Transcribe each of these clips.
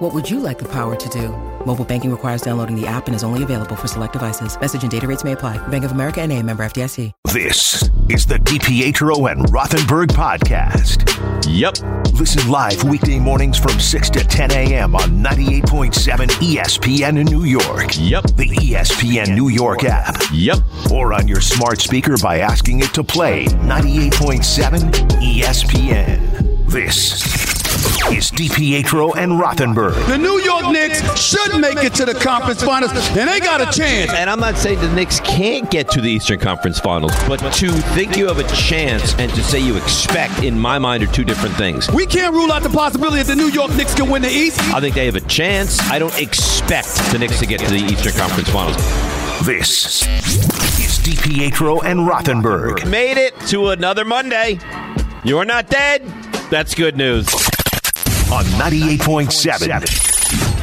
What would you like the power to do? Mobile banking requires downloading the app and is only available for select devices. Message and data rates may apply. Bank of America and a member FDIC. This is the DiPietro and Rothenberg podcast. Yep. Listen live weekday mornings from 6 to 10 a.m. on 98.7 ESPN in New York, Yep. the E ESPN New York app, Yep. or on your smart speaker by asking it to play 98.7 ESPN. This is DiPietro and Rothenberg. The New York Knicks should make it to the conference finals, and they got a chance. And I'm not saying the Knicks can't get to the Eastern Conference Finals, but to think you have a chance and to say you expect, in my mind, are two different things. We can't rule out the possibility that the New York Knicks can win the East. I think they have a chance. I don't expect the Knicks to get to the Eastern Conference Finals. This is DiPietro and Rothenberg. Made it to another Monday. You're not dead. That's good news. on 98.7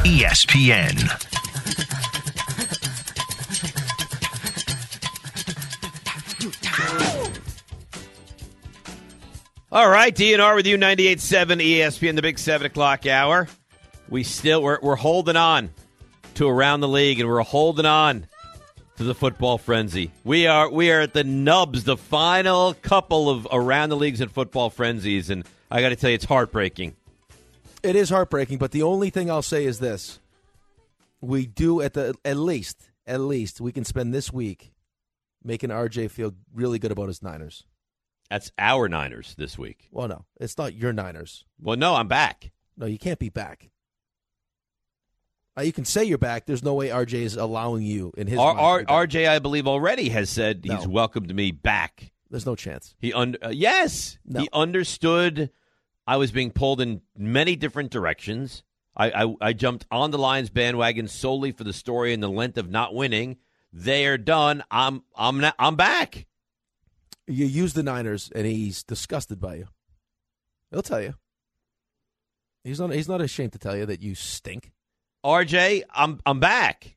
E ESPN. All right, DNR with you, 98.7 ESPN, the big 7 o'clock hour. We still, we're, we're holding on to around the league, and we're holding on to the football frenzy. We are, we are at the nubs, the final couple of around the leagues and football frenzies, and I got to tell you, it's heartbreaking. It is heartbreaking, but the only thing I'll say is this: we do at the at least at least we can spend this week making RJ feel really good about his Niners. That's our Niners this week. Well, no, it's not your Niners. Well, no, I'm back. No, you can't be back. Uh, you can say you're back. There's no way RJ is allowing you in his. R- mind to be R- back. RJ, I believe, already has said No. he's welcomed me back. There's no chance. He under uh, yes, No. he understood. I was being pulled in many different directions. I, I I jumped on the Lions bandwagon solely for the story and the length of not winning. They are done. I'm I'm not, I'm back. You use the Niners, and he's disgusted by you. He'll tell you. He's not. He's not ashamed to tell you that you stink. RJ, I'm I'm back.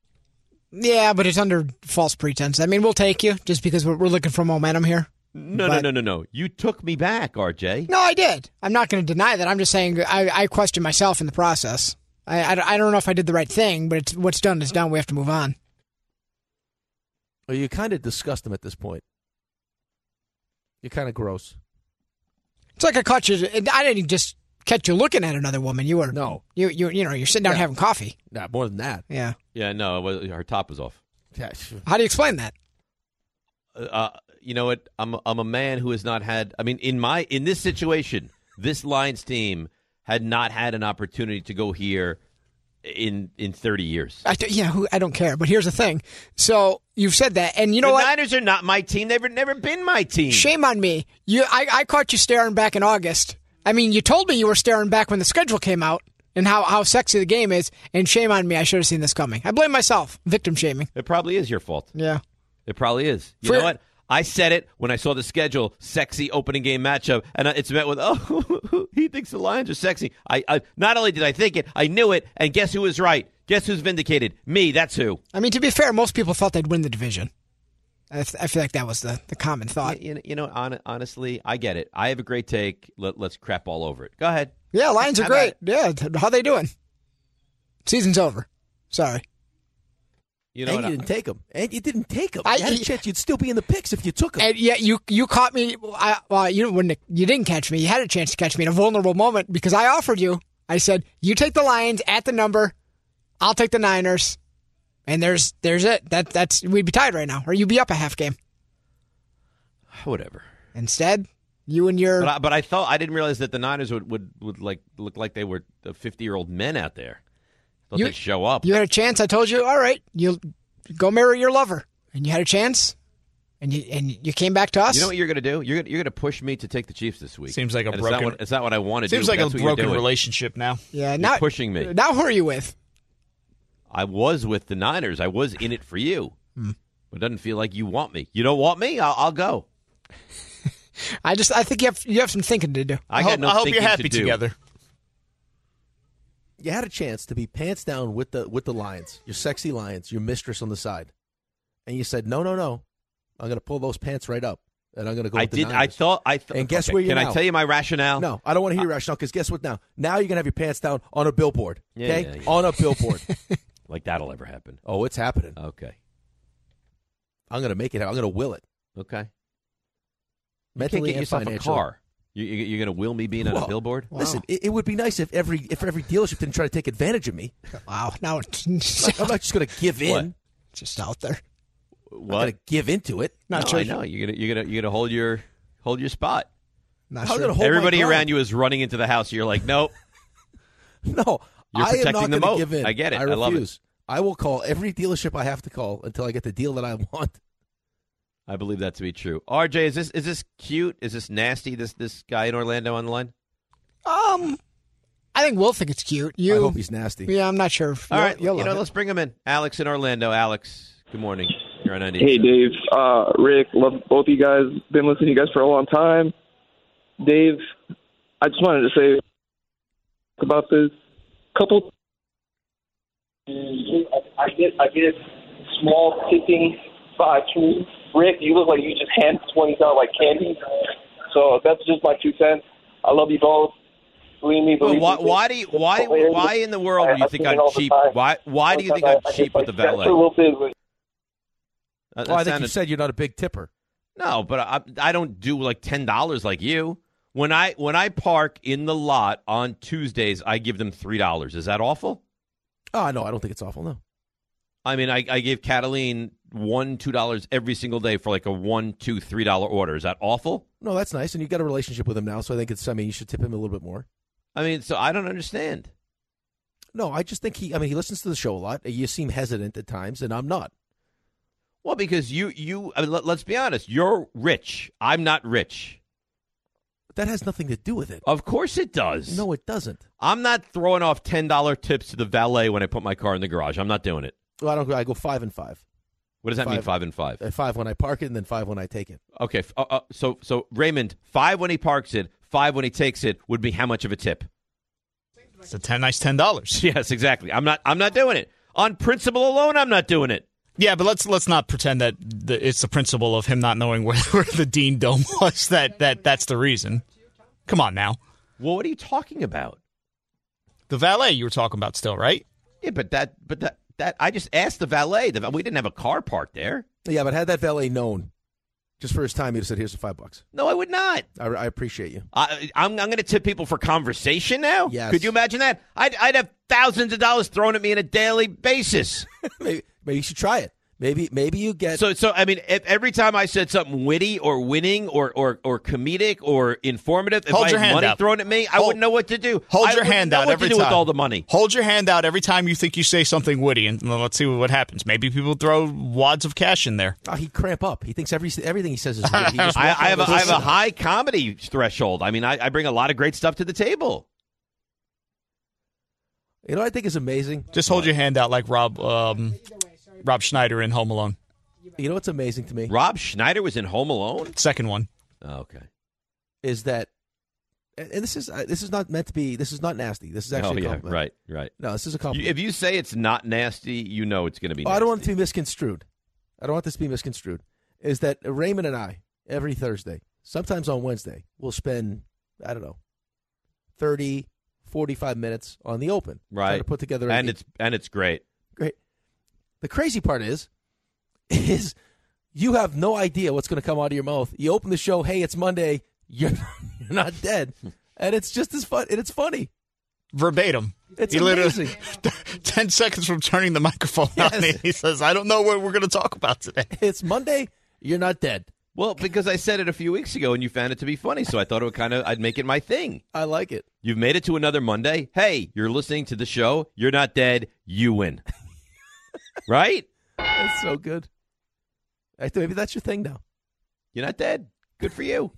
Yeah, but it's under false pretense. I mean, we'll take you just because we're, we're looking for momentum here. No But- no no no no. You took me back, RJ. No, I did. I'm not going to deny that. I'm just saying I, I question myself in the process. I, I, don't- I don't know if I did the right thing, but it's, what's done is done. We have to move on. Well, you kind of disgust him at this point. You're kind of gross. It's like I caught you. I didn't just catch you looking at another woman. You were No. You you you know you're sitting down Yeah. having coffee. Nah, more than that. Yeah. Yeah no. It was, her top was off. Yeah, sure. How do you explain that? Uh, you know what? I'm I'm a man who has not had. I mean, in my in this situation, this Lions team had not had an opportunity to go here in in 30 years. I do, yeah, who, I don't care. But here's the thing. So you've said that, and you know the what? Niners are not my team. They've never been my team. Shame on me. You, I, I caught you staring back in August. I mean, you told me you were staring back when the schedule came out and how, how sexy the game is. And shame on me. I should have seen this coming. I blame myself. Victim shaming. It probably is your fault. Yeah. It probably is. You For- know what? I said it when I saw the schedule, sexy opening game matchup, and I- it's met with oh, he thinks the Lions are sexy. I, I not only did I think it, I knew it, and guess who was right? Guess who's vindicated? Me. That's who. I mean, to be fair, most people thought they'd win the division. I, f- I feel like that was the, the common thought. You, you know, hon- honestly, I get it. I have a great take. Let, let's crap all over it. Go ahead. Yeah, Lions are How about great. Yeah, th- how they doing? Season's over. Sorry. You know, and what? you didn't take him. And you didn't take him. I- I, you had a chance you'd still be in the picks if you took him. And yet you you caught me. I, well, you wouldn't. You didn't catch me. You had a chance to catch me in a vulnerable moment because I offered you. I said you take the Lions at the number. I'll take the Niners. And there's there's it. That that's we'd be tied right now, or you'd be up a half game. I- whatever. Instead, you and your But I, but I thought I didn't realize that the Niners would would, would like look like they were fifty year old men out there. Thought You- they'd show up. you had a chance. I told you, all right, you go marry your lover, and you had a chance, and you and you came back to us. You know what you're going to do? You're gonna, you're going to push me to take the Chiefs this week. Seems like a And It's broken- not what, it's not what I want to do. Seems like but a that's what you're broken doing. relationship now. yeah, now pushing me. Now who are you with? Hmm. I was with the Niners. I was in it for you. But it doesn't feel like you want me. You don't want me? I'll, I'll go. I just I think you have you have some thinking to do. I, I got hope, no I hope you're thinking to happy do. together. You had a chance to be pants down with the with the lions, your sexy lions, your mistress on the side, and you said, "No, no, no, I'm going to pull those pants right up, and I'm going to go." I with the did. I Niners." thought. I th- And guess okay, where you're Can now? I tell you my rationale? Uh, No, I don't want to hear your rationale because guess what? Now, now you're going to have your pants down on a billboard. Yeah, okay, yeah, yeah. on a billboard. Like that'll ever happen. oh, it's happening. Okay. I'm going to make it. happen. I'm going to will it. Okay. Can't Mentally get and yourself a financially. car. You, you, you're going to will me being on a Well, billboard? Listen, it, it would be nice if every if every dealership didn't try to take advantage of me. Wow, now it's it's I'm not just going to give in. What? I'm just out there. not going What? to give into it. Not No, sure. I know. You're going to you're going to you're going to hold your hold your spot. Not I'm sure. gonna hold my Everybody ground. around you is running into the house. You're like, nope. No, You're I am not protecting the going to moat. give in. I get it. I I refuse. love it. I will call every dealership I have to call until I get the deal that I want. I believe that to be true. RJ, is this is this cute? Is this nasty? This this guy in Orlando on the line? Um, I think we'll think it's cute. I You, hope he's nasty. yeah, I'm not sure. All right, you'll, you you'll know, love let's bring him in. Alex in Orlando. Alex, good morning. You're on 90. Hey, Dave. Uh, Rick, love both of you guys. Been listening to you guys for a long time. Dave, I just wanted to say about this couple. I get, I get small tipping by two. Rick, you look like you just hand twenty out like candy. So that's just my two cents. I love you both. Believe me. Well, Believe why, me. why do you, why why in the world I- do you I've think seen I'm it all the cheap? time. Why why do you think I'm Sometimes I- I cheap get, with the like, that's a valet? little bit, but- Uh, that Well, Oh, I think you sounded- said you're not a big tipper. no, but I I don't do like ten dollars like you. When I when I park in the lot on Tuesdays, I give them three dollars. Is that awful? Oh no, I don't think it's awful. No, I mean, I, I give Cataline one two dollars every single day for like a one two three dollar order. Is that awful? no, that's nice. And you got a relationship with him now, so I think it's. I mean, you should tip him a little bit more. I mean, so I don't understand. No, I just think he. I mean, he listens to the show a lot. You seem hesitant at times, and I'm not. Well, because you you I mean, let, let's be honest, you're rich. I'm not rich. That has nothing to do with it. Of course it does. No, it doesn't. I'm not throwing off ten dollar tips to the valet when I put my car in the garage. I'm not doing it. Well, I don't. go. I go five and five. What does that mean? Five. Five and five. Uh, Five when I park it, and then five when I take it. Okay. f- Uh, uh, so so Raymond, five when he parks it, five when he takes it would be how much of a tip? It's a ten, nice ten dollars. Yes, exactly. I'm not. I'm not doing it on principle alone. I'm not doing it. Yeah, but let's let's not pretend that the, it's the principle of him not knowing where, where the Dean Dome was. That that that's the reason. Come on now, Well, what are you talking about? the valet you were talking about still, right? Yeah, but that, but that, that I just asked the valet. The, we didn't have a car parked there. Yeah, but had that valet known, just for his time, he'd have said, "Here's the five bucks. No, I would not. I, I appreciate you." I, I'm, I'm going to tip people for conversation now. Yes. Could you imagine that? I'd, I'd have thousands of dollars thrown at me on a daily basis. maybe, maybe you should try it. Maybe, maybe you get. so, so I mean, if, every time I said something witty or winning or or, or comedic or informative, if Hold I your had hand money up. thrown at me, I Hold- wouldn't know what to do. Hold I your wouldn't hand know out what every to do time. with all the money. Hold your hand out every time you think you say something witty, and let's see what happens. Maybe people throw wads of cash in there. oh, he'd cramp up. He thinks every everything he says is. weird. He just I, walks I have a, out of I have his- a high comedy threshold. I mean, I, I bring a lot of great stuff to the table. You know what I think is amazing? Just hold your hand out like Rob um, Rob Schneider in Home Alone, You know what's amazing to me Rob Schneider was in Home Alone. second one. Oh, okay. is that, and and this is uh, this is not meant to be. This is not nasty. This is actually a oh, yeah, compliment. right, right. No, this is a You- compliment. if you say it's not nasty, you know it's going to be. Oh, Nasty. I don't want it to be misconstrued. I don't want this to be misconstrued. Is that Raymond and I every Thursday, sometimes on Wednesday, we'll spend I don't know 30, 45 minutes on the open, right. Trying to put together, and a- e- it's and it's great. great. The crazy part is, is you have no idea what's going to come out of your mouth. You open the show, hey, it's Monday. You're you're not dead, and it's just as fun. And it's funny. verbatim. It's he literally amazing. ten seconds from turning the microphone on, Yes. he says, "I don't know what we're going to talk about today." It's Monday. You're not dead. Well, because I said it a few weeks ago and you found it to be funny, so I thought it would kind of I'd make it my thing. I like it. You've made it to another Monday. Hey, you're listening to the show. You're not dead. You win. right? That's so good. I think maybe that's your thing now. You're not dead. Good for you.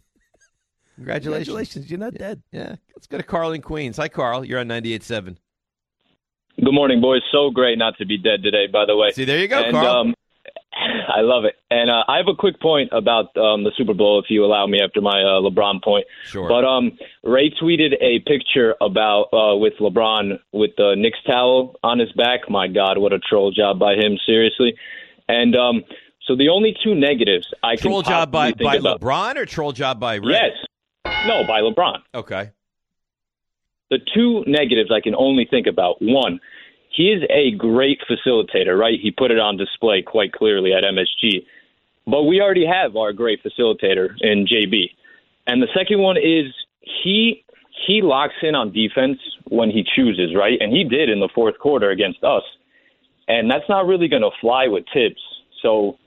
Congratulations. Congratulations. You're not dead. Yeah. Let's go to Carl in Queens. Hi, Carl. You're on 98.7. Good morning, boys. So great not to be dead today, by the way. See, there you go, and, Carl. Um, I love it. And uh, I have a quick point about um, the Super Bowl, if you allow me, after my uh, LeBron point. Sure. But um, Ray tweeted a picture about uh, with LeBron with the Knicks towel on his back. My God, what a troll job by him! Seriously. And um, so the only two negatives I troll can job by, possibly by think about- LeBron or troll job by Ray? Yes. No, by LeBron. Okay. the two negatives I can only think about. One, he is a great facilitator, right? He put it on display quite clearly at MSG. But we already have our great facilitator in JB. And the second one is he he locks in on defense when he chooses, right? And he did in the fourth quarter against us. And that's not really going to fly with Tibbs. So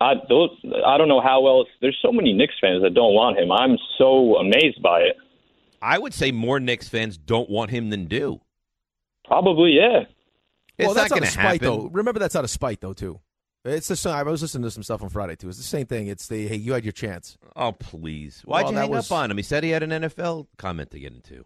I those, I don't know how else. There's so many Knicks fans that don't want him. I'm so amazed by it. I would say more Knicks fans don't want him than do. Probably, yeah. It's well, that's not out going of to spite, happen. though. Remember, that's out of spite, though, too. It's the same. I was listening to some stuff on Friday too. It's the same thing. It's the hey, you had your chance. Oh, please. Why'd Well, you that hang was- up on him? He said he had an NFL comment to get into.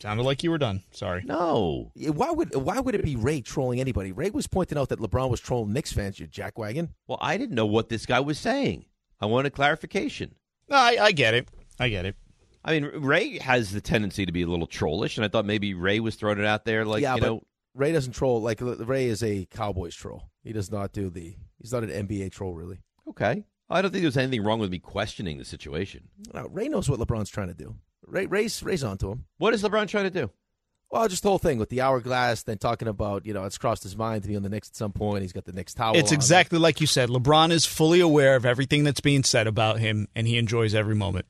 Sounded like you were done. Sorry. No. Yeah, Why would why would it be Ray trolling anybody? Ray was pointing out that LeBron was trolling Knicks fans. You jackwagon. Well, I didn't know what this guy was saying. I wanted clarification. No, I, I get it. I get it. I mean, Ray has the tendency to be a little trollish, and I thought maybe Ray was throwing it out there like, yeah, you but know, Ray doesn't troll. Like L- Ray is a Cowboys troll. He does not do the. He's not an NBA troll, really. okay. I don't think there's anything wrong with me questioning the situation. No, Ray knows what LeBron's trying to do. Ray Ray's Ray's onto him. What is LeBron trying to do? Well, just the whole thing with the hourglass, then talking about you know it's crossed his mind to be on the Knicks at some point. He's got the Knicks towel. It's on. exactly like you said. LeBron is fully aware of everything that's being said about him, and he enjoys every moment.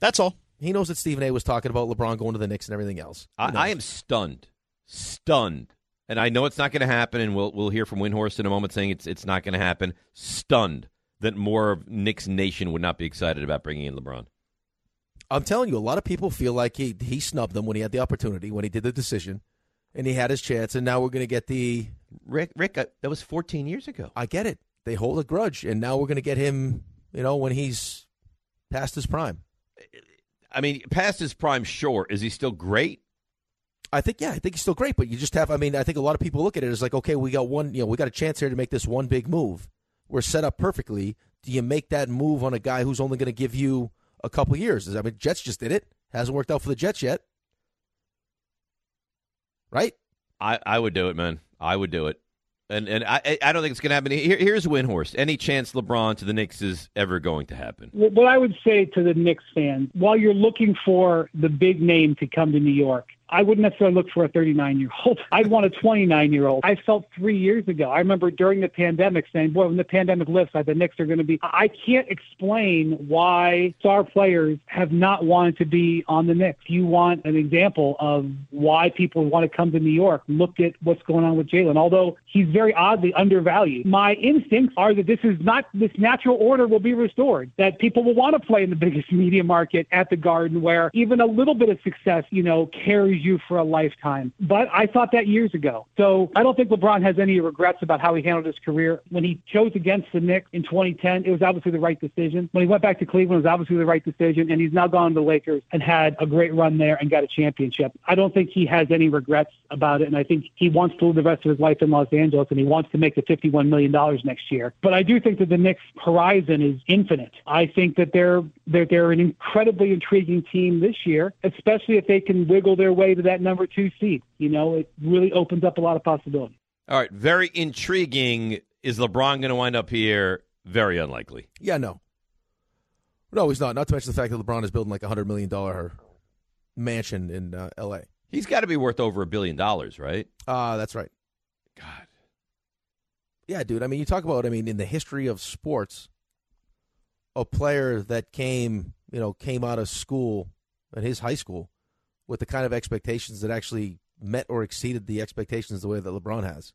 That's all. He knows that Stephen A. was talking about LeBron going to the Knicks and everything else. He knows. I, I am stunned, stunned, and I know it's not going to happen. And we'll we'll hear from Windhorst in a moment saying it's it's not going to happen. Stunned that more of Knicks Nation would not be excited about bringing in LeBron. I'm telling you, a lot of people feel like he he snubbed them when he had the opportunity, when he did the decision, and he had his chance, and now we're going to get the. Rick, Rick, I, that was 14 years ago. I get it. They hold a grudge, and now we're going to get him. You know, when he's past his prime, I mean, past his prime, sure. Is he still great? I think. Yeah, I think he's still great, but you just have. I mean, I think a lot of people look at it as like, okay, we got one. You know, we got a chance here to make this one big move. We're set up perfectly. Do you make that move on a guy who's only going to give you a couple years? I mean, Jets just did it. Hasn't worked out for the Jets yet, right? I, I would do it, man. I would do it. And and I I- I don't think it's going to happen. Here, here's Windhorst. Any chance LeBron to the Knicks is ever going to happen? What what I would say to the Knicks fans, while you're looking for the big name to come to New York, I wouldn't necessarily look for a 39 year old. I'd want a 29 year old. I felt three years ago. I remember during the pandemic saying, boy, when the pandemic lifts, I, the Knicks are going to be. I I can't explain why star players have not wanted to be on the Knicks. You want an example of why people want to come to New York. Look at what's going on with Jalen, although he's very oddly undervalued. My instincts are that this is not this natural order will be restored. That people will want to play in the biggest media market at the Garden, where even a little bit of success, you know, carries you for a lifetime. But I thought that years ago. So I don't think LeBron has any regrets about how he handled his career. When he chose against the Knicks in 2010, it was obviously the right decision. When he went back to Cleveland, it was obviously the right decision. And he's now gone to the Lakers and had a great run there and got a championship. I don't think he has any regrets about it. And I think he wants to live the rest of his life in Los Angeles and he wants to make the $51 million next year. But I do think that the Knicks horizon is infinite. I think that they're, they're, they're an incredibly intriguing team this year, especially if they can wiggle their way to that number two seed. You know, it really opens up a lot of possibilities. All right, very intriguing. Is LeBron going to wind up here? Very unlikely. Yeah, no. No, he's not. Not to mention the fact that LeBron is building like a hundred million dollar mansion in uh, L.A. He's got to be worth over a billion dollars, right? Uh, that's right. God. Yeah, dude. I mean, you talk about. I mean, in the history of sports, a player that came, you know, came out of school at his high school with the kind of expectations that actually met or exceeded the expectations the way that LeBron has.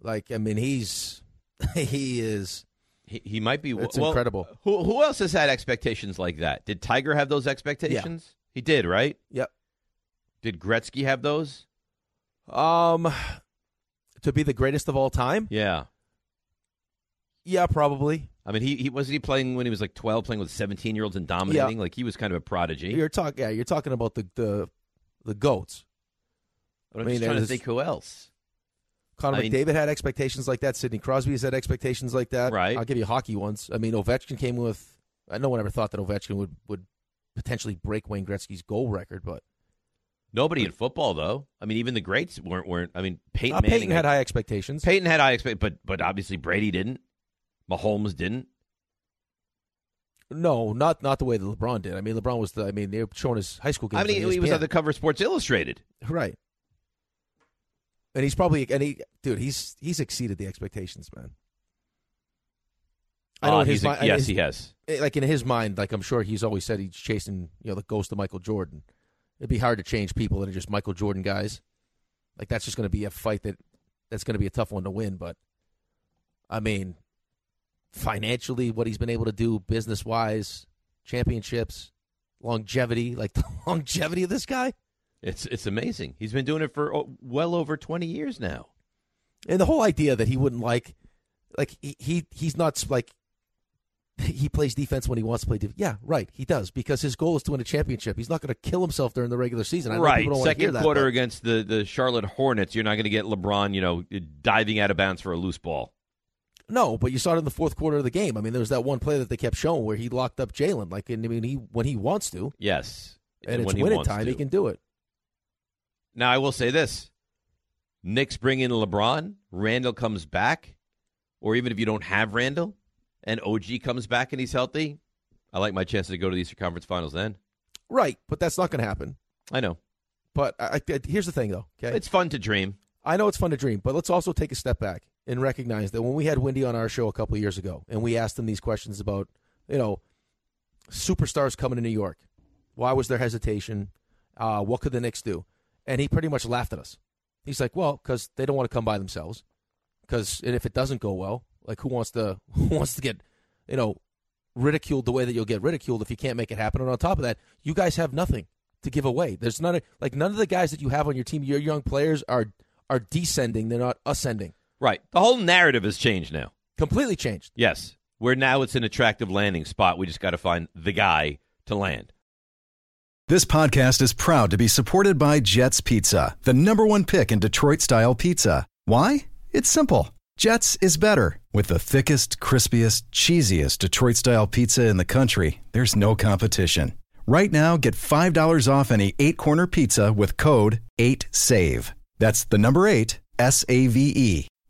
Like, I mean, he's he is. He, he might be. It's well, incredible. Who who else has had expectations like that? Did Tiger have those expectations? He did, right? Yep. Did Gretzky have those? Um, to be the greatest of all time. Yeah. Yeah, probably. I mean, he, he wasn't he playing when he was like twelve, playing with seventeen year olds and dominating. Like he was kind of a prodigy. You're talking, yeah, you're talking about the the the goats. But I'm I mean, just trying to there's- think who else. Connor I mean- McDavid had expectations like that. Sidney Crosby has had expectations like that. Right. I'll give you hockey ones. I mean, Ovechkin came with. I no one ever thought that Ovechkin would would potentially break Wayne Gretzky's goal record, but Nobody in football, though. I mean, even the greats weren't. weren't I mean, Peyton Uh, Manning Peyton had high expectations. Peyton had high expect, but but obviously Brady didn't. Mahomes didn't. No, not not the way that LeBron did. I mean, LeBron was the. I mean, they were showing his high school E game. I mean, he was on the cover of Sports Illustrated. right, and he's probably and he dude, he's he's exceeded the expectations, man. Uh, in he's a- mi- I- yes, his- he has. eh, Like in his mind, like I'm sure he's always said he's chasing you know the ghost of Michael Jordan. It'd be hard to change people that are just Michael Jordan guys. Like that's just going to be a fight that that's going to be a tough one to win. But I mean, financially, what he's been able to do, business wise, championships, longevity, like the longevity of this guy. It's it's amazing. He's been doing it for oh, well over twenty years now. And the whole idea that he wouldn't like, like he, he he's not s- like he plays defense when he wants to play defense. Yeah, right. He does because his goal is to win a championship. He's not going to kill himself during the regular season. I know right, people don't wanna second hear that, quarter but- against the the Charlotte Hornets, you're not going to get LeBron, you know, diving out of bounds for a loose ball. No, but you saw it in the fourth quarter of the game. I mean, there was that one play that they kept showing where he locked up Jalen. Like, and I mean, he when he wants to, Yes, and it's when he winning wants time, to. he can do it. Now I will say this: Knicks bring in LeBron, Randall comes back, or even if you don't have Randall, and OG comes back and he's healthy, I like my chances to go to the Eastern Conference Finals. Then Right, but that's not going to happen. I know But I, I, here's the thing, though. Okay, it's fun to dream. I know it's fun to dream, but let's also take a step back and recognize that when we had Wendy on our show a couple of years ago, and we asked him these questions about, you know, superstars coming to New York, why was there hesitation? Uh, what could the Knicks do? And he pretty much laughed at us. He's like, well, because they don't want to come by themselves, because and if it doesn't go well, like who wants to who wants to get, you know, ridiculed the way that you'll get ridiculed if you can't make it happen? And on top of that, you guys have nothing to give away. There's none of, like none of the guys that you have on your team. Your young players are are descending. They're not ascending. Right, the whole narrative has changed now. Completely changed. Yes, where now it's an attractive landing spot. We just got to find the guy to land. This podcast is proud to be supported by Jets Pizza, the number one pick in Detroit style pizza. Why? It's simple. Jets is better. With the thickest, crispiest, cheesiest Detroit style pizza in the country, there's no competition. Right now, get $5 off any eight corner pizza with code 8SAVE. That's the number eight, S A V E.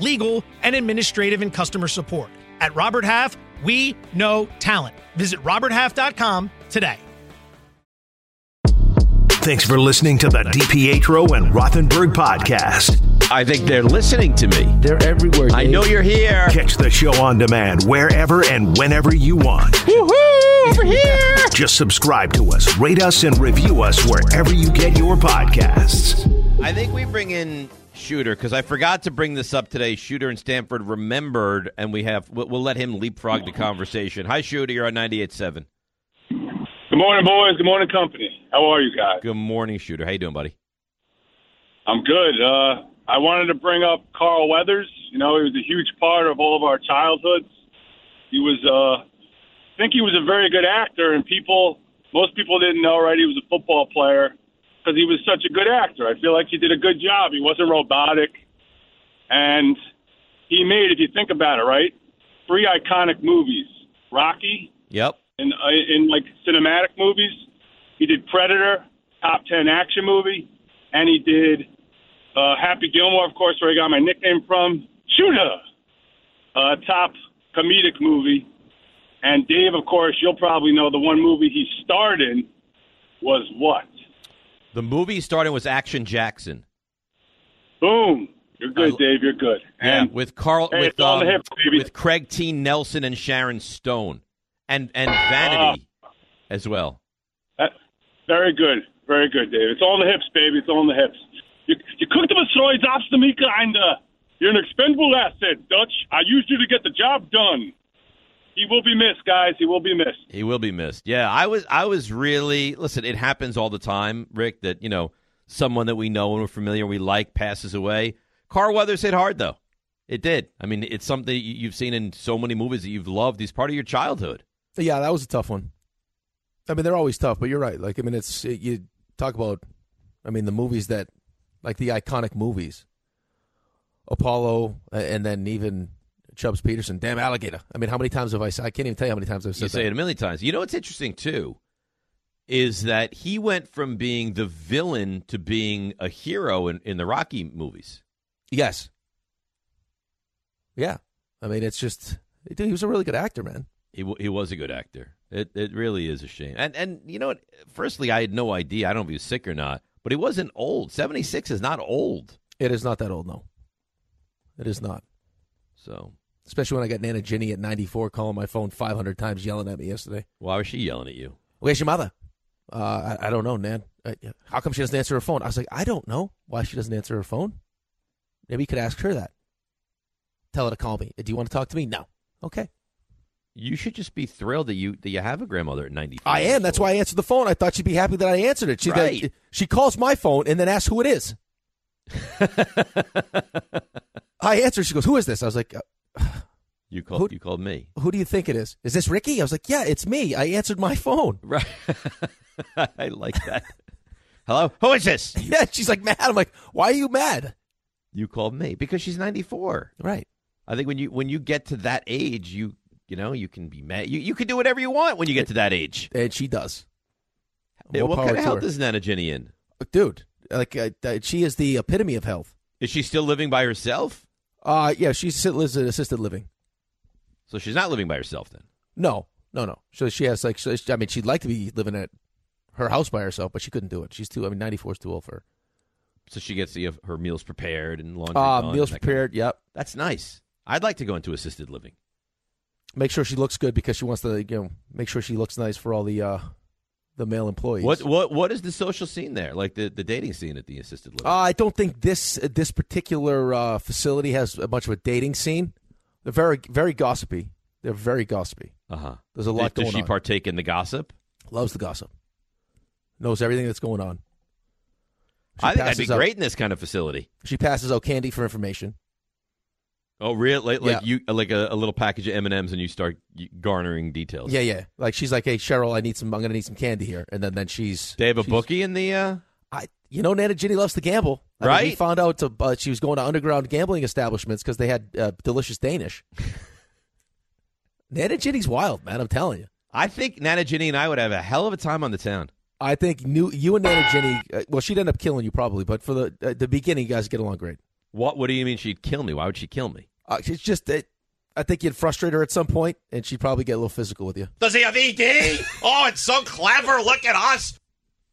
legal, and administrative and customer support. At Robert Half, we know talent. Visit roberthalf.com today. Thanks for listening to the DiPietro and Rothenberg podcast. I think they're listening to me. They're everywhere. I know you're here. Catch the show on demand wherever and whenever you want. Woohoo! Over here! Just subscribe to us, rate us, and review us wherever you get your podcasts. I think we bring in Shooter because I forgot to bring this up today. Shooter and Stanford remembered, and we have we'll, we'll let him leapfrog the conversation. Hi, Shooter. You're on 98.7. Good morning, boys. Good morning, company. How are you guys? Good morning, Shooter. How you doing, buddy? I'm good. Uh, I wanted to bring up Carl Weathers. You know, he was a huge part of all of our childhoods. He was, uh, I think he was a very good actor, and people, most people didn't know, right? He was a football player because he was such a good actor. I feel like he did a good job. He wasn't robotic, and he made, if you think about it, right, three iconic movies: Rocky, Yep. in uh, in like cinematic movies. He did Predator, top ten action movie, and he did uh, Happy Gilmore, of course, where I got my nickname from. Shooter, uh, top comedic movie, and Dave, of course, you'll probably know the one movie he starred in was what? The movie starting was Action Jackson. Boom! You're good, Dave. You're good. Yeah, with Carl Hey, with it's on the um, hip, baby. with Craig T. Nelson and Sharon Stone, and and Vanity Ah. as well. That, very good. Very good, Dave. It's all in the hips, baby. It's all in the hips. You, you cooked them a soy Obstamika, and uh, you're an expendable asset, Dutch. I used you to get the job done. He will be missed, guys. He will be missed. He will be missed. Yeah, I was I was really listen. It happens all the time, Rick. That you know someone that we know and we're familiar, we like, passes away. Carl Weathers hit hard though. It did. I mean, it's something you- you've seen in so many movies that you've loved. He's part of your childhood. Yeah, that was a tough one. I mean, they're always tough, but you're right. Like, I mean, it's it, you talk about. I mean, the movies that, like the iconic movies, Apollo, uh, and then even Chubbs Peterson, damn alligator. I mean, how many times have I? said I can't even tell you how many times I've said You that. say it a million times. You know what's interesting too is that he went from being the villain to being a hero in, in the Rocky movies. Yes. Yeah, I mean, it's just dude, he was a really good actor, man. He w- he was a good actor. It it really is a shame. And and you know what? Firstly, I had no idea. I don't know if he was sick or not, but he wasn't old. Seventy six is not old. It is not that old, no. It is not. So, especially when I got Nana Ginny at 94 calling my phone 500 times, yelling at me yesterday. Why was she yelling at you? Where's your mother? Uh, I, I don't know, Nan. Uh, how come she doesn't answer her phone? I was like, I don't know why she doesn't answer her phone. Maybe you could ask her that. Tell her to call me. Do you want to talk to me? No. Okay. You should just be thrilled that you that you have a grandmother at ninety five. I am. That's why I answered the phone. I thought she'd be happy that I answered it. She Right. she calls my phone and then asks who it is. I answer. She goes, "Who is this?" I was like, uh, You called you called me. "Who do you think it is? Is this Ricky?" I was like, "Yeah, it's me. I answered my phone." Right. I like that. Hello? Who is this? Yeah, she's like mad. I'm like, why are you mad? You called me because she's 94. Right. I think when you when you get to that age, you you know, you can be mad. You you can do whatever you want when you get to that age. And she does. Hey, More what power kind of to health her. is Nana Jenny in? dude? Like, uh, uh, she is the epitome of health. Is she still living by herself? Uh, yeah, she sit- lives in assisted living. So she's not living by herself then. No, no, no. So she has like, so she- I mean, she'd like to be living at her house by herself, but she couldn't do it. She's too. I mean, 94 is too old for her. So she gets the, uh, her meals prepared and laundry Uh, done and meals that kind of- prepared. Yep. That's nice. I'd like to go into assisted living. Make sure she looks good because she wants to, you know, make sure she looks nice for all the uh the male employees. What what what is the social scene there? Like the, the dating scene at the assisted living? Uh, I don't think this this particular uh, facility has a much of a dating scene. They're very very gossipy. They're very gossipy. Uh huh. Oh, There's a lot Does, going she on. partake in the gossip? Loves the gossip. Knows everything that's going on. She I think that'd be passes out- great in this kind of facility. She passes out candy for information. Oh, really? Like, Yeah. like you, like a, a little package of M and M's, and you start y- garnering details. Yeah, yeah. Like she's like, "Hey, Cheryl, I need some. I'm gonna need some candy here." And then then she's They have a she's- bookie in the. Uh... I you know Nana Ginny loves to gamble. I mean, we Right? found out to, uh, she was going to underground gambling establishments because they had uh, delicious Danish. Nana Ginny's wild, man. I'm telling you. I think Nana Ginny and I would have a hell of a time on the town. I think new, you and Nana Ginny. Uh, well, she'd end up killing you probably, but for the uh, the beginning, you guys get along great. What? What do you mean she'd kill me? Why would she kill me? Uh, it's just that I think you'd frustrate her at some point, and she'd probably get a little physical with you. Does he have ED? Oh, it's so clever. Look at us.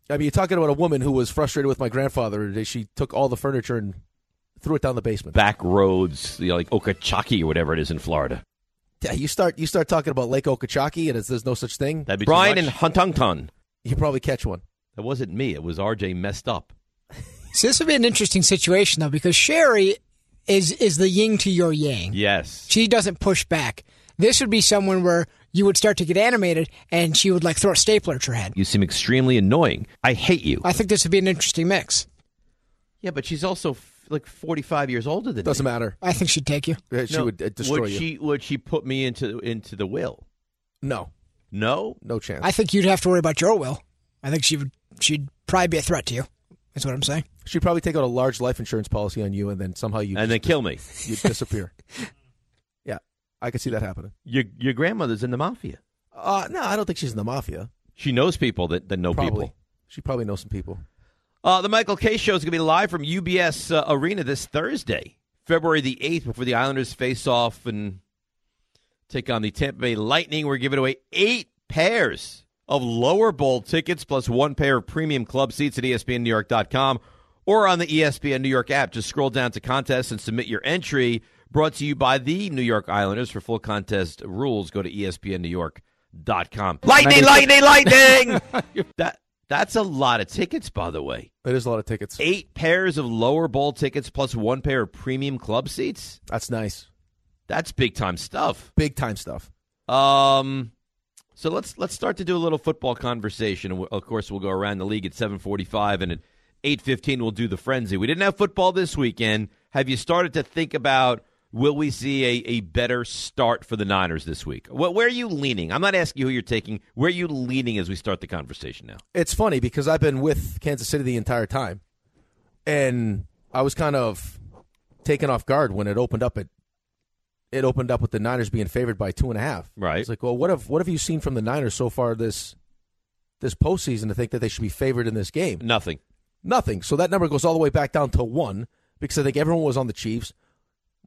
I mean, you're talking about a woman who was frustrated with my grandfather. She took all the furniture and threw it down the basement. Back roads, you know, like Okeechobee or whatever it is in Florida. Yeah, You start you start talking about Lake Okeechobee, and it's, there's no such thing. That'd be too Brian much. and Huntington. You probably catch one. That wasn't me. It was RJ messed up. So this would be an interesting situation though, because Sherry is is the yin to your yang. Yes. She doesn't push back. This would be someone where you would start to get animated, and she would like throw a stapler at your head. You seem extremely annoying. I hate you. I think this would be an interesting mix. Yeah, but she's also f- like 45 years older than Doesn't me. matter. I think she'd take you. she would, uh, destroy would you. She, would she put me into into the will? No. No? No chance. I think you'd have to worry about your will. I think she would. She'd probably be a threat to you. That's what I'm saying. She'd probably take out a large life insurance policy on you, and then somehow you And then kill me. You disappear. yeah, I could see that happening. Your your grandmother's in the mafia. Uh, no, I don't think she's in the mafia. She knows people that, that know Probably. people. She probably knows some people. Uh, the Michael K. Show is going to be live from UBS uh, Arena this Thursday, February the 8th, before the Islanders face off and take on the Tampa Bay Lightning. We're giving away eight pairs of lower bowl tickets plus one pair of premium club seats at E ESPNNewYork.com or on the E ESPN New York app. Just scroll down to contests and submit your entry. Brought to you by the New York Islanders. For full contest rules, go to E ESPNNewYork.com. Lightning, lightning, lightning! that that's a lot of tickets, by the way. It is a lot of tickets. Eight pairs of lower bowl tickets plus one pair of premium club seats. That's nice. That's big time stuff. Big time stuff. Um, so let's let's start to do a little football conversation. And we- Of course, we'll go around the league at seven forty-five, and at eight fifteen, we'll do the frenzy. We didn't have football this weekend. Have you started to think about will we see a, a better start for the Niners this week? Wh- where are you leaning? I'm not asking you who you're taking. Where are you leaning as we start the conversation now? It's funny because I've been with Kansas City the entire time, and I was kind of taken off guard when it opened up. It it opened up with the Niners being favored by two and a half. Right. It's like, well, what have what have you seen from the Niners so far this this postseason to think that they should be favored in this game? Nothing. Nothing. So that number goes all the way back down to one because I think everyone was on the Chiefs.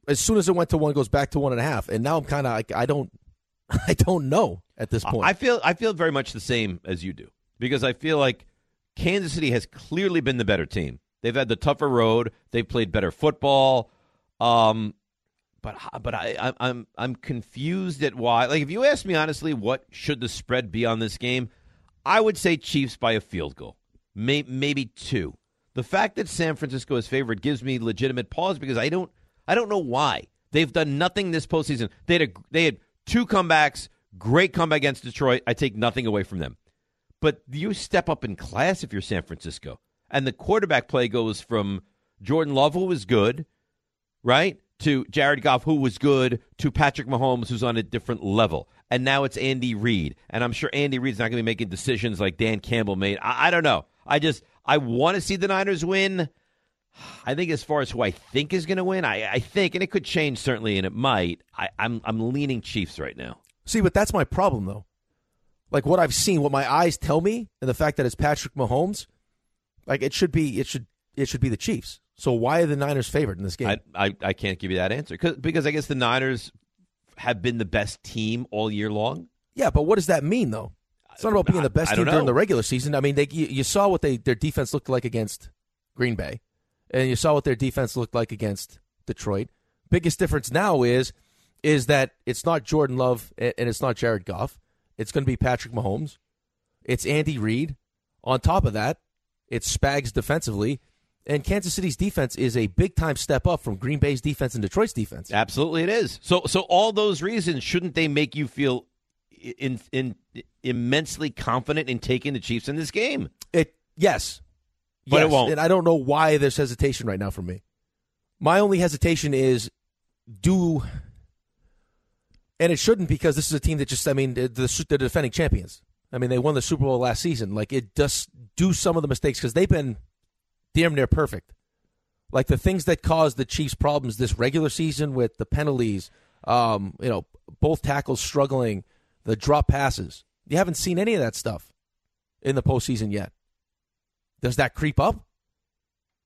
As soon as it went to one, it goes back to one and a half, and now I'm kind of like, I don't, I don't know at this point. I feel I feel very much the same as you do because I feel like Kansas City has clearly been the better team. They've had the tougher road. They've played better football. Um, but but I, I I'm I'm confused at why. Like if you ask me honestly, what should the spread be on this game? I would say Chiefs by a field goal, May, maybe two. The fact that San Francisco is favored gives me legitimate pause because I don't I don't know why they've done nothing this postseason. They had a, they had two comebacks, great comeback against Detroit. I take nothing away from them, but you step up in class if you're San Francisco, and the quarterback play goes from Jordan Love who was good right? To Jared Goff, who was good, to Patrick Mahomes, who's on a different level. And now it's Andy Reid. And I'm sure Andy Reid's not going to be making decisions like Dan Campbell made. I, I don't know. I just, I want to see the Niners win. I think as far as who I think is going to win, I, I think, and it could change certainly, and it might. I, I'm, I'm leaning Chiefs right now. See, but that's my problem though. Like what I've seen, what my eyes tell me, and the fact that it's Patrick Mahomes, like it should be, it should, it should be the Chiefs. So why are the Niners favored in this game? I, I, I can't give you that answer 'Cause- because I guess the Niners have been the best team all year long. yeah, but what does that mean though? It's not about being the best I team don't during know. the regular season. I mean, they, you, you saw what they their defense looked like against Green Bay, and you saw what their defense looked like against Detroit. Biggest difference now is is that it's not Jordan Love a- and it's not Jared Goff. It's going to be Patrick Mahomes. It's Andy Reid. On top of that, it's Spags defensively, and Kansas City's defense is a big time step up from Green Bay's defense and Detroit's defense. Absolutely, it is. So, so all those reasons shouldn't they make you feel i- in, in, immensely confident in taking the Chiefs in this game? It yes, But it Yes, won't. And I don't know why there's hesitation right now for me. My only hesitation is do, and it shouldn't because this is a team that just I mean the the, the defending champions. I mean they won the Super Bowl last season. Like it does do some of the mistakes because they've been damn near perfect. Like the things that caused the Chiefs problems this regular season with the penalties, um, you know, both tackles struggling, the drop passes. You haven't seen any of that stuff in the postseason yet. Does that creep up?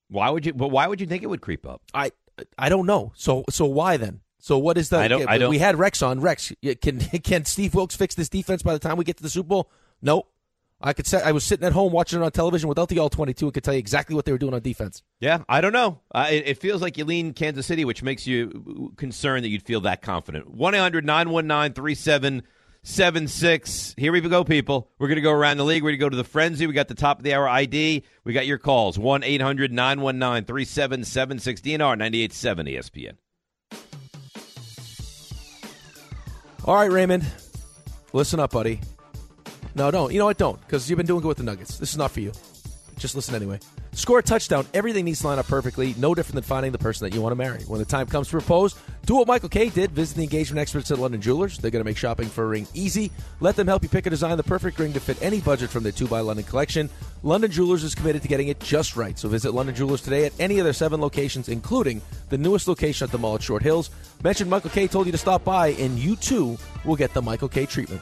Why would you? But why would you think it would creep up? I I don't know. So so why then? So what is the? I don't- yeah, I don't- we had Rex on. Rex, yeah, can can Steve Wilkes fix this defense by the time we get to the Super Bowl? Nope. I could say I was sitting at home watching it on television without the all twenty two and could tell you exactly what they were doing on defense. Yeah, I don't know. Uh, it, it feels like you lean Kansas City, which makes you concerned that you'd feel that confident. 1 800 919 3776. Here we go, people. We're going to go around the league. We're going to go to the frenzy. We got the top of the hour ID. We got your calls 1 800 919 3776 DNR 987 ESPN. All right, Raymond, listen up, buddy. No, don't. You know what? Don't because you've been doing good with the Nuggets. This is not for you. Just listen anyway. Score a touchdown. Everything needs to line up perfectly. No different than finding the person that you want to marry. When the time comes to propose, Do what Michael K did. Visit the engagement experts at London Jewelers. They're going to make shopping for a ring easy. Let them help you pick and design the perfect ring to fit any budget from their 2 by London collection. London Jewelers is committed to getting it just right. So visit London Jewelers today at any of their seven locations, including the newest location at the mall at Short Hills. Mention Michael K told you to stop by, and you too will get the Michael K treatment.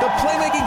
The playmaking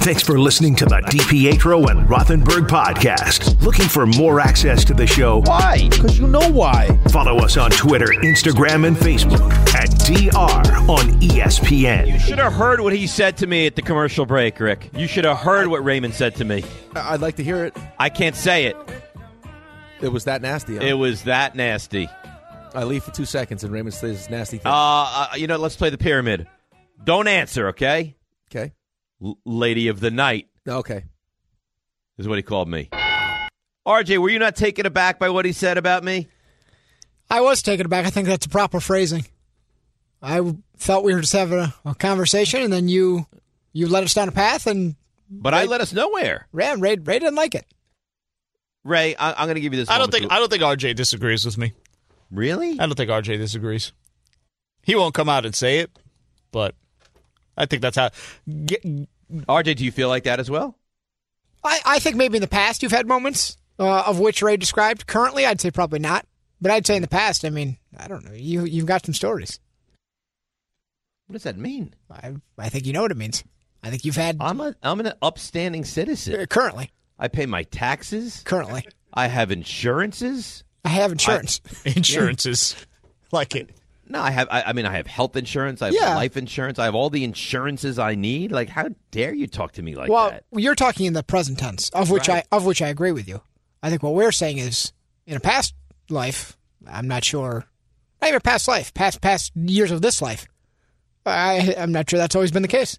Thanks for listening to the DiPietro and Rothenberg podcast. Looking for more access to the show? Why? Because you know why. Follow us on Twitter, Instagram, and Facebook at DR on E ESPN. You should have heard what he said to me at the commercial break, Rick. You should have heard what Raymond said to me. I'd like to hear it. I can't say it. It was that nasty. huh? It was that nasty. I leave for two seconds and Raymond says nasty thing. Uh, uh, you know, let's play the pyramid. Don't answer, okay? Okay. L- Lady of the night Okay. is what he called me. RJ, were you not taken aback by what he said about me? I was taken aback. I think that's the proper phrasing. I w- thought we were just having a, a conversation, and then you you led us down a path, and But I let us nowhere. Ram Ray Ray didn't like it. Ray, I, I'm going to give you this. I don't moment think to- I don't think RJ disagrees with me. Really? I don't think RJ disagrees. He won't come out and say it, but I think that's how. RJ, do you feel like that as well? I, I think maybe in the past you've had moments uh, of which Ray described. Currently, I'd say probably not, but I'd say in the past. I mean, I don't know. You you've got some stories. What does that mean? I I think you know what it means. I think you've had. Uh, I'm a I'm an upstanding citizen. Currently, I pay my taxes. Currently, I have insurances. I have insurance. I- Insurances, like it. No, I have. I, I mean, I have health insurance. I have Yeah. life insurance. I have all the insurances I need. Like, how dare you talk to me like well, that? you're talking in the present tense, of which Right. I of which I agree with you. I think what we're saying is in a past life, I'm not sure. Not even past life, past past years of this life. I I'm not sure that's always been the case.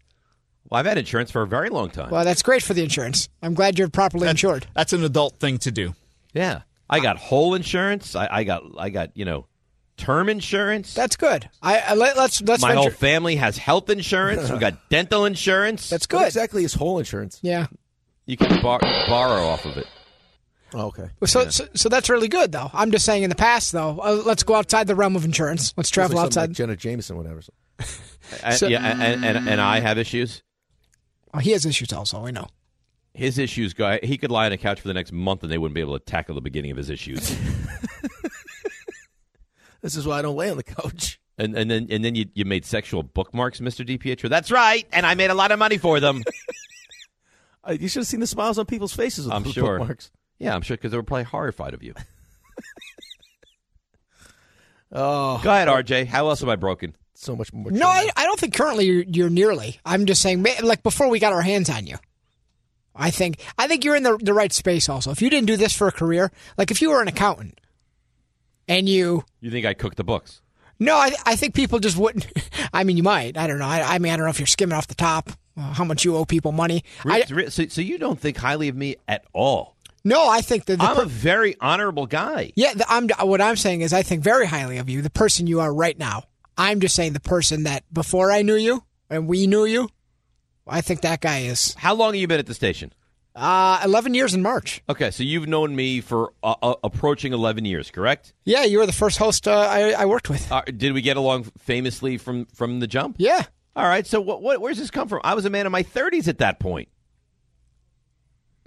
Well, I've had insurance for a very long time. Well, that's great for the insurance. I'm glad you're properly insured. That's an adult thing to do. Yeah, I got whole insurance. I, I got. I got. You know, term insurance. That's good. I, I let, let's let's My whole venture. family has health insurance. we got dental insurance. That's What exactly is whole insurance? yeah. You can bar- borrow off of it. Oh, okay. Well, So, so so that's really good though. I'm just saying in the past though, uh, let's go outside the realm of insurance. Let's travel Feels like something outside. Like Jenna Jameson, whatever. I- So- yeah, and, and and I have issues. oh, he has issues also. I know. His issues guy, he could lie on a couch for the next month and they wouldn't be able to tackle the beginning of his issues. This is why I don't lay on the couch. and and then and then you, you made sexual bookmarks, Mr. DiPietro. That's right. And I made a lot of money for them. Uh, you should have seen the smiles on people's faces with I'm those sure. bookmarks. Yeah, I'm sure because they were probably horrified of you. Oh, Go ahead, RJ. How else am I broken? So much more. No, I, I don't think currently you're, you're nearly. I'm just saying, ma- like before we got our hands on you, I think I think you're in the the right space. Also, if you didn't do this for a career, like if you were an accountant, and you You think I cooked the books? no, I I think people just wouldn't. I mean, you might. I don't know. I, I mean, I don't know if you're skimming off the top uh, how much you owe people money. I, Re- so, so you don't think highly of me at all? no, I think that the I'm per- a very honorable guy. yeah. The, I'm what I'm saying is I think very highly of you, the person you are right now. I'm just saying the person that before I knew you and we knew you, I think that guy is. How long have you been at the station? Uh, 11 years in March. Okay, so you've known me for uh, uh, approaching 11 years, correct? Yeah, you were the first host uh, I, I worked with. Uh, did we get along famously from from the jump? Yeah. All right. So what, what where's this come from? I was a man in my 30s at that point.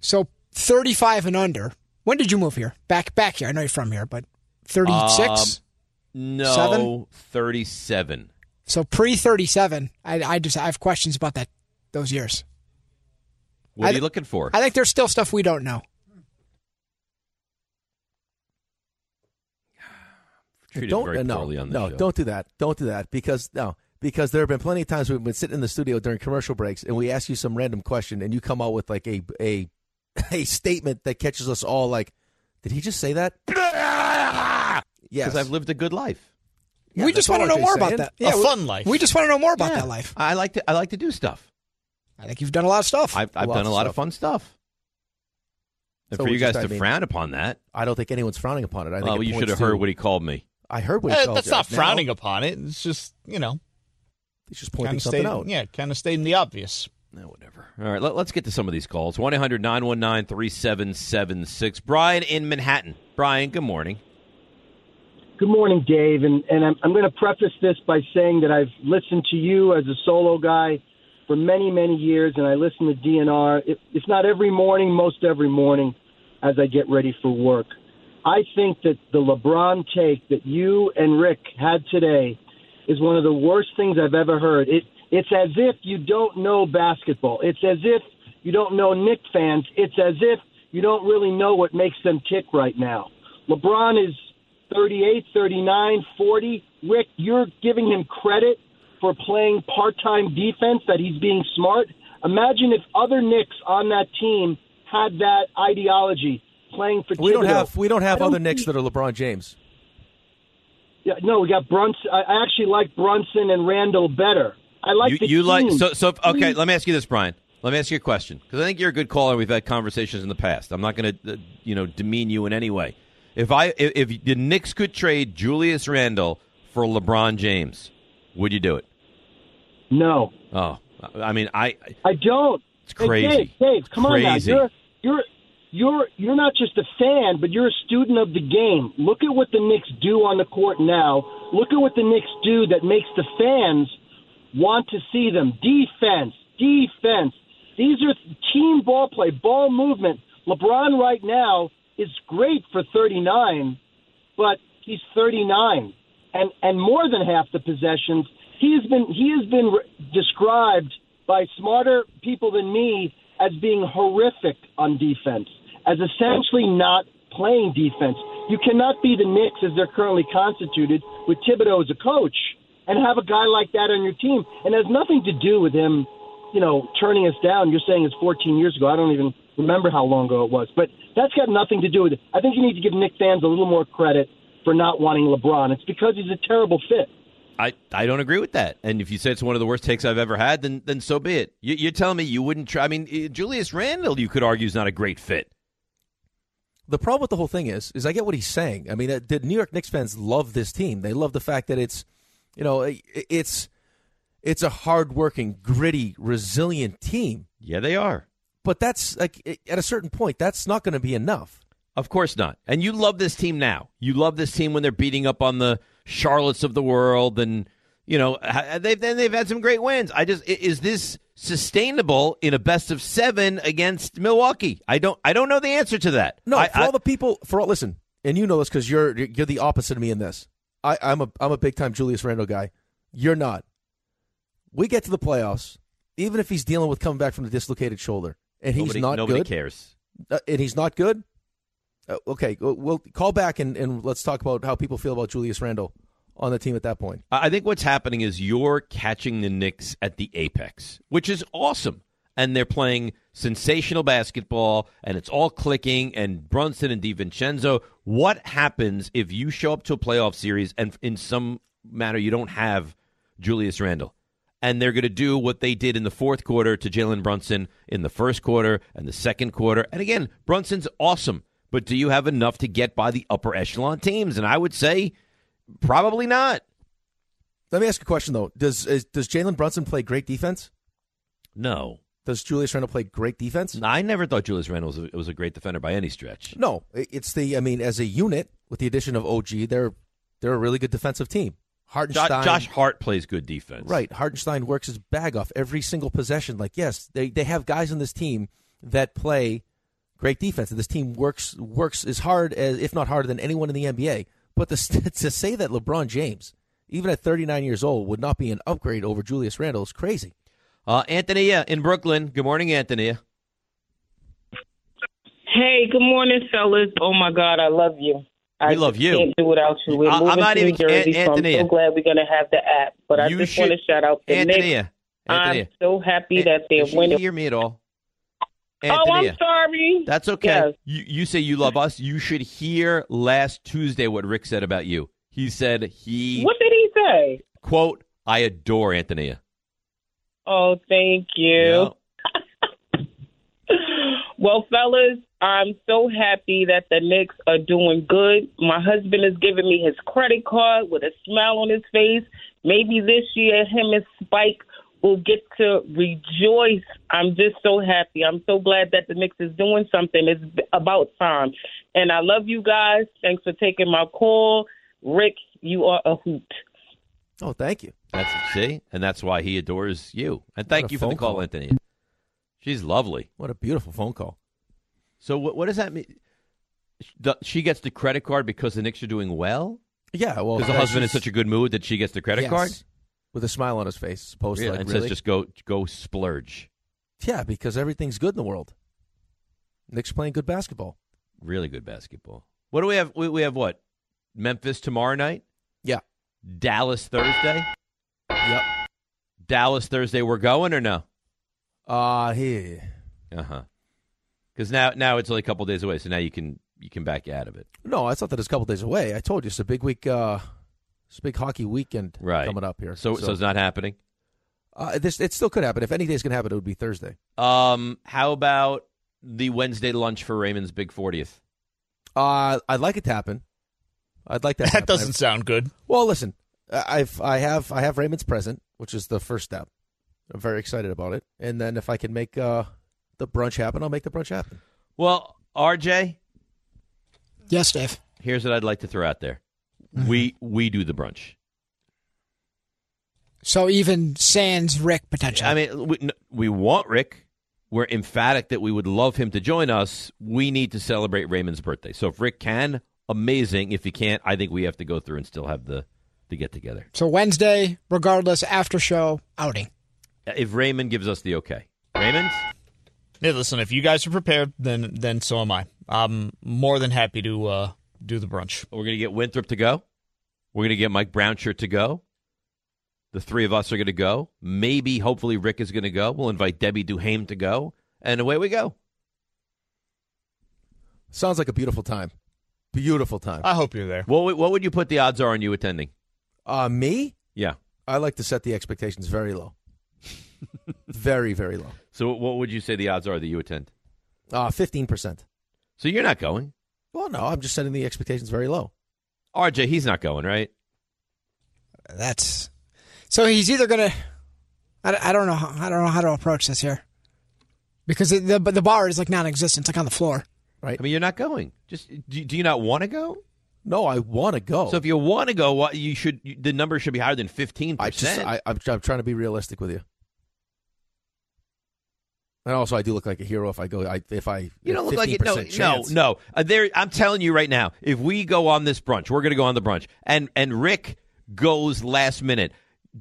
So 35 and under. When did you move here? Back back here. I know you're from here, but 36. Um, no, Seven? 37. so pre 37. I, I just I have questions about that those years. What I are th- you looking for? I think there's still stuff we don't know. Treated don't very uh, no, poorly on this no, show. don't do that. Don't do that because no, because there have been plenty of times we've been sitting in the studio during commercial breaks and we ask you some random question and you come out with like a a a statement that catches us all like, did he just say that? yes, Because I've lived a good life. Yeah, we that's just want to all know RJ's more about saying. that. we- We just want to know more about that life. I like to I like to do stuff. I think you've done a lot of stuff. I've, I've done a lot of fun stuff. And So for you which is guys what I to mean. frown upon that, I don't think anyone's frowning upon it. I think well, it you should points have to- heard what he called me. I heard what he Eh, called that's you. not Now- frowning upon it. It's just you know, it's just pointing kinda something stayed- out. Yeah, kind of stating the obvious. No, whatever. All right, let, us get to some of these calls. 1 800 919 3776. Brian in Manhattan. Brian, good morning. Good morning, Dave. And, and I'm, I'm going to preface this by saying that I've listened to you as a solo guy for many, many years, and I listen to DNR, if, if not every morning, most every morning as I get ready for work. I think that the LeBron take that you and Rick had today is one of the worst things I've ever heard. It, it's as if you don't know basketball. It's as if you don't know Nick fans. It's as if you don't really know what makes them tick right now. LeBron is 38, 39, 40. Rick, you're giving him credit for playing part time defense, that he's being smart. Imagine if other Knicks on that team had that ideology playing for We don't Thibodeau. have we don't I have don't other Knicks that are LeBron James. Yeah, no, we got Brunson. I- I actually like Brunson and Randall better. I like you the you like team. so so okay, let me ask you this, Brian. Let me ask you a question because I think you're a good caller. We've had conversations in the past. I'm not going to uh, you know demean you in any way. If I if, if the Knicks could trade Julius Randle for LeBron James, would you do it? No. Oh, I mean I I don't. It's crazy. Hey, Dave, Dave, come Crazy. on now. You're you're you're you're not just a fan, but you're a student of the game. Look at what the Knicks do on the court now. Look at what the Knicks do that makes the fans want to see them. Defense, defense. These are team ball play, ball movement. LeBron right now is great for 39, but he's 39 and and more than half the possessions he has been he has been re- described by smarter people than me as being horrific on defense as essentially not playing defense you cannot be the Knicks as they're currently constituted with Thibodeau as a coach and have a guy like that on your team and it has nothing to do with him you know turning us down you're saying it's 14 years ago I don't even remember how long ago it was but that's got nothing to do with it I think you need to give Nick fans a little more credit for not wanting LeBron. It's because he's a terrible fit. I, I don't agree with that. And if you say it's one of the worst takes I've ever had, then then so be it. You, you're telling me you wouldn't try. I mean, eh, Julius Randle, you could argue is not a great fit. The problem with the whole thing is, is I get what he's saying. I mean, uh, the New York Knicks fans love this team. They love the fact that it's, you know, i- it's it's a hardworking, gritty, resilient team. Yeah, they are. But that's like i- at a certain point, that's not going to be enough. Of course not. And you love this team now. You love this team when they're beating up on the Charlottes of the world and You know, ha- they've then they've had some great wins. I just i- is this sustainable in a best of seven against Milwaukee? I don't I don't know the answer to that. No, I, for all the people, for all listen, and you know this because you're you're the opposite of me in this. I, I'm a I'm a big time Julius Randle guy. You're not. We get to the playoffs, even if he's dealing with coming back from the dislocated shoulder, and he's Nobody- not nobody good, cares. uh, and he's not good. Uh, okay, we'll, we'll call back and, and let's talk about how people feel about Julius Randle on the team at that point. I I think what's happening is you're catching the Knicks at the apex, which is awesome. And they're playing sensational basketball, and it's all clicking. And Brunson and DiVincenzo. What happens if you show up to a playoff series and, in some manner, you don't have Julius Randle? And they're going to do what they did in the fourth quarter to Jalen Brunson in the first quarter and the second quarter. And again, Brunson's awesome, but do you have enough to get by the upper echelon teams? And I would say probably not. Let me ask you a question though: Does is, does Jalen Brunson play great defense? No. Does Julius Randle play great defense? I never thought Julius Randle was a, was a great defender by any stretch. No, i- it's the. I mean, as a unit with the addition of OG, they're they're a really good defensive team. Jo- Hartenstein, Josh Hart plays good defense. right? Hartenstein works his bag off every single possession. Like, yes, they they have guys on this team that play great defense, and this team works works as hard as, if not harder than anyone in the NBA. But the, st- to say that LeBron James, even at 39 years old, would not be an upgrade over Julius Randle is crazy. Uh, Anthony yeah, in Brooklyn. Good morning, Oh, Anthony. Hey, good morning, fellas. Oh my God, I love you. We I love just you. Can't do without you. We're I- I'm moving not to even- New Jersey, An- so I'm Antonia. so glad we're gonna have the app. But I You just should- want to shout out the Knicks. Antonia. I'm so happy that they're Did you winning. hear me at all? Oh, I'm Antonia. sorry. That's okay. Yes. You, you say you love us. You should hear last Tuesday what Rick said about you. He said he, What did he say? quote, I adore Antonia. Oh, thank you. well, fellas, I'm so happy that the Knicks are doing good. My husband is giving me his credit card with a smile on his face. Maybe this year, him and Spike will get to rejoice. I'm just so happy. I'm so glad that the Knicks is doing something. It's about time. And I love you guys. Thanks for taking my call. Rick, you are a hoot. Oh, thank you. That's see, and that's why he adores you. And What thank a you for the phone call, call. Anthony. She's lovely. What a beautiful phone call. So what, what does that mean? The- She gets the credit card because the Knicks are doing well. Yeah, well, because the that's husband is just- such a good mood that she gets the credit Yes. card. with a smile on his face, supposed Yeah, to like and really? says just go go splurge. Yeah, because everything's good in the world. Nick's playing good basketball. Really good basketball. What do we have? We, we have what? Memphis tomorrow night. Yeah. Dallas Thursday. Yep. Dallas Thursday. We're going or no? Uh he. Uh huh. Because now now it's only a couple days away, so now you can you can back out of it. No, I thought that it's a couple days away. I told you it's a big week. Uh, it's a big hockey weekend Right. coming up here. So so, it's not happening. Uh, this it still could happen. If any day's gonna happen, it would be Thursday. Um, how about the Wednesday lunch for Raymond's big fortieth? Uh, I'd like it to happen. I'd like that. to That happen. doesn't I've- sound good. Well, listen, I- I've I have I have Raymond's present, which is the first step. I'm very excited about it, and then if I can make uh, the brunch happen, I'll make the brunch happen. Well, RJ, Yes, Mm-hmm. Dave. here's what I'd like to throw out there. We we do the brunch. So even Sans Rick potentially. I mean, we, n- we want Rick. We're emphatic that we would love him to join us. We need to celebrate Raymond's birthday. So if Rick can, amazing. If he can't, I think we have to go through and still have the the get together. So Wednesday, regardless, after show outing. If Raymond gives us the okay, Raymond. Yeah, listen, if you guys are prepared, then then so am I. I'm more than happy to uh, do the brunch. We're going to get Winthrop to go. We're going to get Mike Brownshirt to go. The three of us are going to go. Maybe, hopefully, Rick is going to go. We'll invite Debbie Duhame to go. And away we go. Sounds like a beautiful time. Beautiful time. I hope you're there. What, would- what would you put the odds are on you attending? Uh, me? Yeah. I like to set the expectations very low. very, very low. So, what would you say the odds are that you attend? Uh, 15%. So, you're not going. Well, no, I'm just setting the expectations very low. RJ, he's not going, right? That's so he's either gonna. I, I don't know. how- I don't know how to approach this here because it, the but the bar is like non-existent. It's like on the floor. Right. I mean, you're not going. Just do, do you not want to go? No, I want to go. So if you want to go, what you should you, the number should be higher than fifteen I just, percent. I, I'm, tr- I'm trying to be realistic with you. And also, I do look like a hero if I go. I, if I You don't look like it. 15% No, no, chance. no. Uh, there, I'm telling you right now. If we go on this brunch, we're going to go on the brunch, and and Rick goes last minute.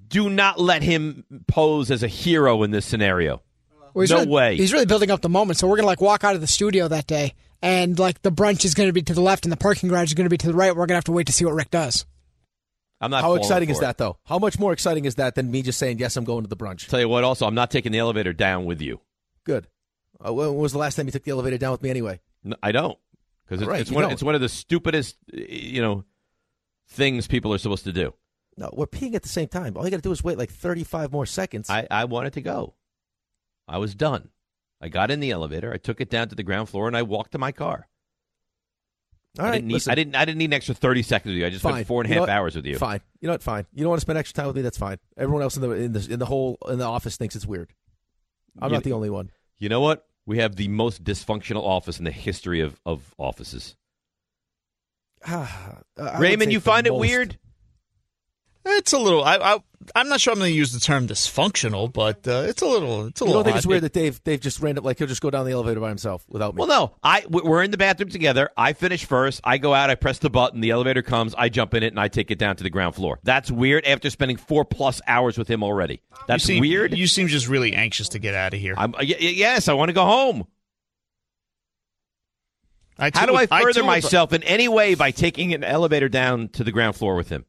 Do not let him pose as a hero in this scenario. Well, he's no really- way. He's really building up the moment. So we're gonna like walk out of the studio that day, and like the brunch is gonna be to the left, and the parking garage is gonna be to the right. We're gonna have to wait to see what Rick does. I'm not. How falling exciting is for it. that, though? How much more exciting is that than me just saying yes? I'm going to the brunch. Tell you what. Also, I'm not taking the elevator down with you. Good. Uh, when was the last time you took the elevator down with me? Anyway, N- I don't because it's, Right, it's you one. don't. It's one of the stupidest, uh, you know, things people are supposed to do. no, we're peeing at the same time. All you got to do is wait like 35 more seconds. I, I wanted to go. I was done. I got in the elevator. I took it down to the ground floor and I walked to my car. All right, I didn't need, listen. I didn't. I didn't need an extra thirty seconds with you. I just fine. spent four and a You know half what? hours with you. Fine. You know what? Fine. You don't want to spend extra time with me. That's fine. Everyone else in the in the in the whole in the office thinks it's weird. I'm You- not the only one. You know what? We have the most dysfunctional office in the history of, of offices. Ah, uh, I would Raymond, say you the find it most- weird? It's a little. I, I I'm not sure I'm going to use the term dysfunctional, but uh, it's a little. It's a You little. don't think odd. it's weird that Dave Dave just ran up like he'll just go down the elevator by himself without me? Well, no. I we- we're in the bathroom together. I finish first. I go out. I press the button. The elevator comes. I jump in it and I take it down to the ground floor. That's weird. After spending four plus hours with him already, that's you seem, weird. You seem just really anxious to get out of here. I'm, uh, y- y- yes, I want to go home. I How do told- I I further told- myself in any way by taking an elevator down to the ground floor with him?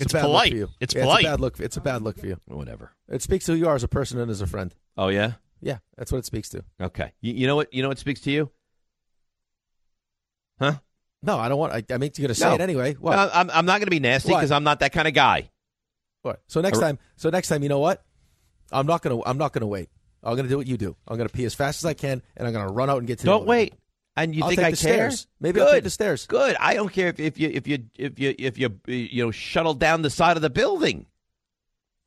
It's, a bad look polite. for you. It's Yeah, polite. It's a bad look. It's a bad look for you. Whatever. It speaks to who you are as a person and as a friend. Oh yeah. Yeah, that's what it speaks to. Okay. You, you know what? You know what speaks to you? Huh? No, I don't want. I, I mean, you're gonna say No. it anyway. What? No, I'm, I'm not going to be nasty Why? because I'm not that kind of guy. what? So next I- time. So next time, you know what? I'm not gonna. I'm not gonna wait. I'm gonna do what you do. I'm gonna pee as fast as I can, and I'm gonna run out and get to. the Don't elevator. wait. And you I'll think take I the care? stairs. Maybe I'll take Good. the stairs. Good. I don't care if, if you if you if you if you you know shuttle down the side of the building.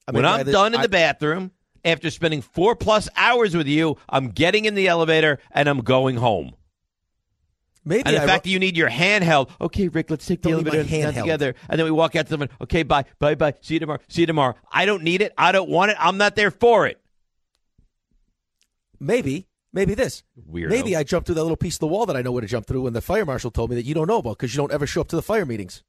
I mean, when by I'm the- done in I- the bathroom after spending four plus hours with you, I'm getting in the elevator and I'm going home. Maybe And the I fact ru- that you need your handheld. Okay, Rick, let's take the Don't need my elevator down handheld. together, and then we walk out to them. And, okay, bye, bye, bye. See you tomorrow. See you tomorrow. I don't need it. I don't want it. I'm not there for it. maybe maybe this Weirdo. Maybe I jumped through that little piece of the wall that I know where to jump through, and the fire marshal told me that you don't know about because you don't ever show up to the fire meetings.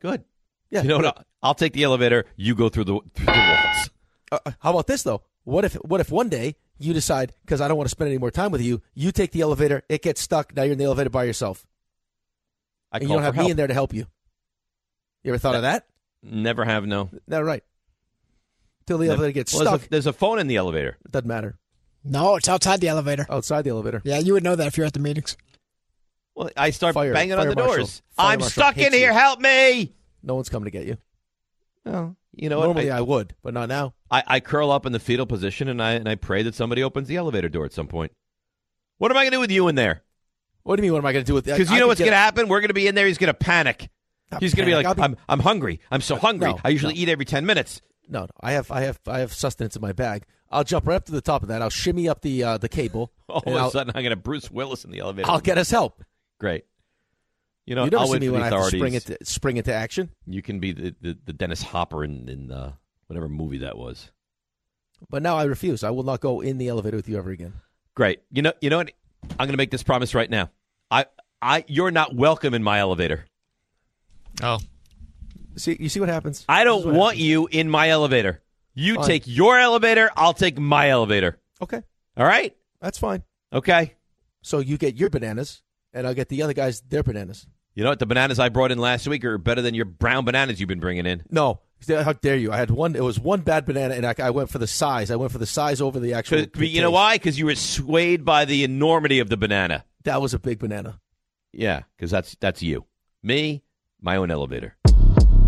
Good. Yeah. You know what? I'll- I'll take the elevator. You go through the through the walls. Uh, uh, how about this though? What if what if one day you decide because I don't want to spend any more time with you, you take the elevator, it gets stuck. Now you're in the elevator by yourself, I and you call don't for have help. me in there to help you. You ever thought of that? Never have no. No, right. Till the Never- elevator gets Well, stuck. There's a, there's a phone in the elevator. It doesn't matter. No, it's outside the elevator. Outside the elevator. Yeah, you would know that if you're at the meetings. Well, I start Fire- banging on fire the marshal. doors. Fire I'm marshal stuck in hates you. here. Help me. No one's coming to get you. Oh. No, you know what? Normally I, would, but not now. I, I curl up in the fetal position and I and I pray that somebody opens the elevator door at some point. What am I going to do with you in there? What do you mean? What am I going to do with that? Because you I know could what's get- going to happen. We're going to be in there. He's going to panic. He's going to be panic. like, I'll be- "I'm I'm hungry. I'm so hungry. no, I usually no. eat every ten minutes." No, no. I have, I have, I have sustenance in my bag. I'll jump right up to the top of that. I'll shimmy up the uh, the cable. All and of I'll, a sudden, I'm going to Bruce Willis in the elevator. I'll get us help. Great. You You, know, never I'll see wait me for when the I have to authorities. spring into spring into action. You can be the, the, the Dennis Hopper in in uh, whatever movie that was. But now I refuse. I will not go in the elevator with you ever again. Great. You know, you know what? I'm going to make this promise right now. I, I, you're not welcome in my elevator. Oh, See, you see what happens. I This don't is what want you in my elevator. You Fine. take your elevator. I'll take my elevator. Okay, All right. that's fine. Okay. So you get your bananas, and I'll get the other guys their bananas. You know what? The bananas I brought in last week are better than your brown bananas you've been bringing in. No, how dare you? I had one. It was one bad banana, and I, I went for the size. I went for the size over the actual. But you know taste. why? Because you were swayed by the enormity of the banana. That was a big banana. Yeah, because that's that's you, me, my own elevator.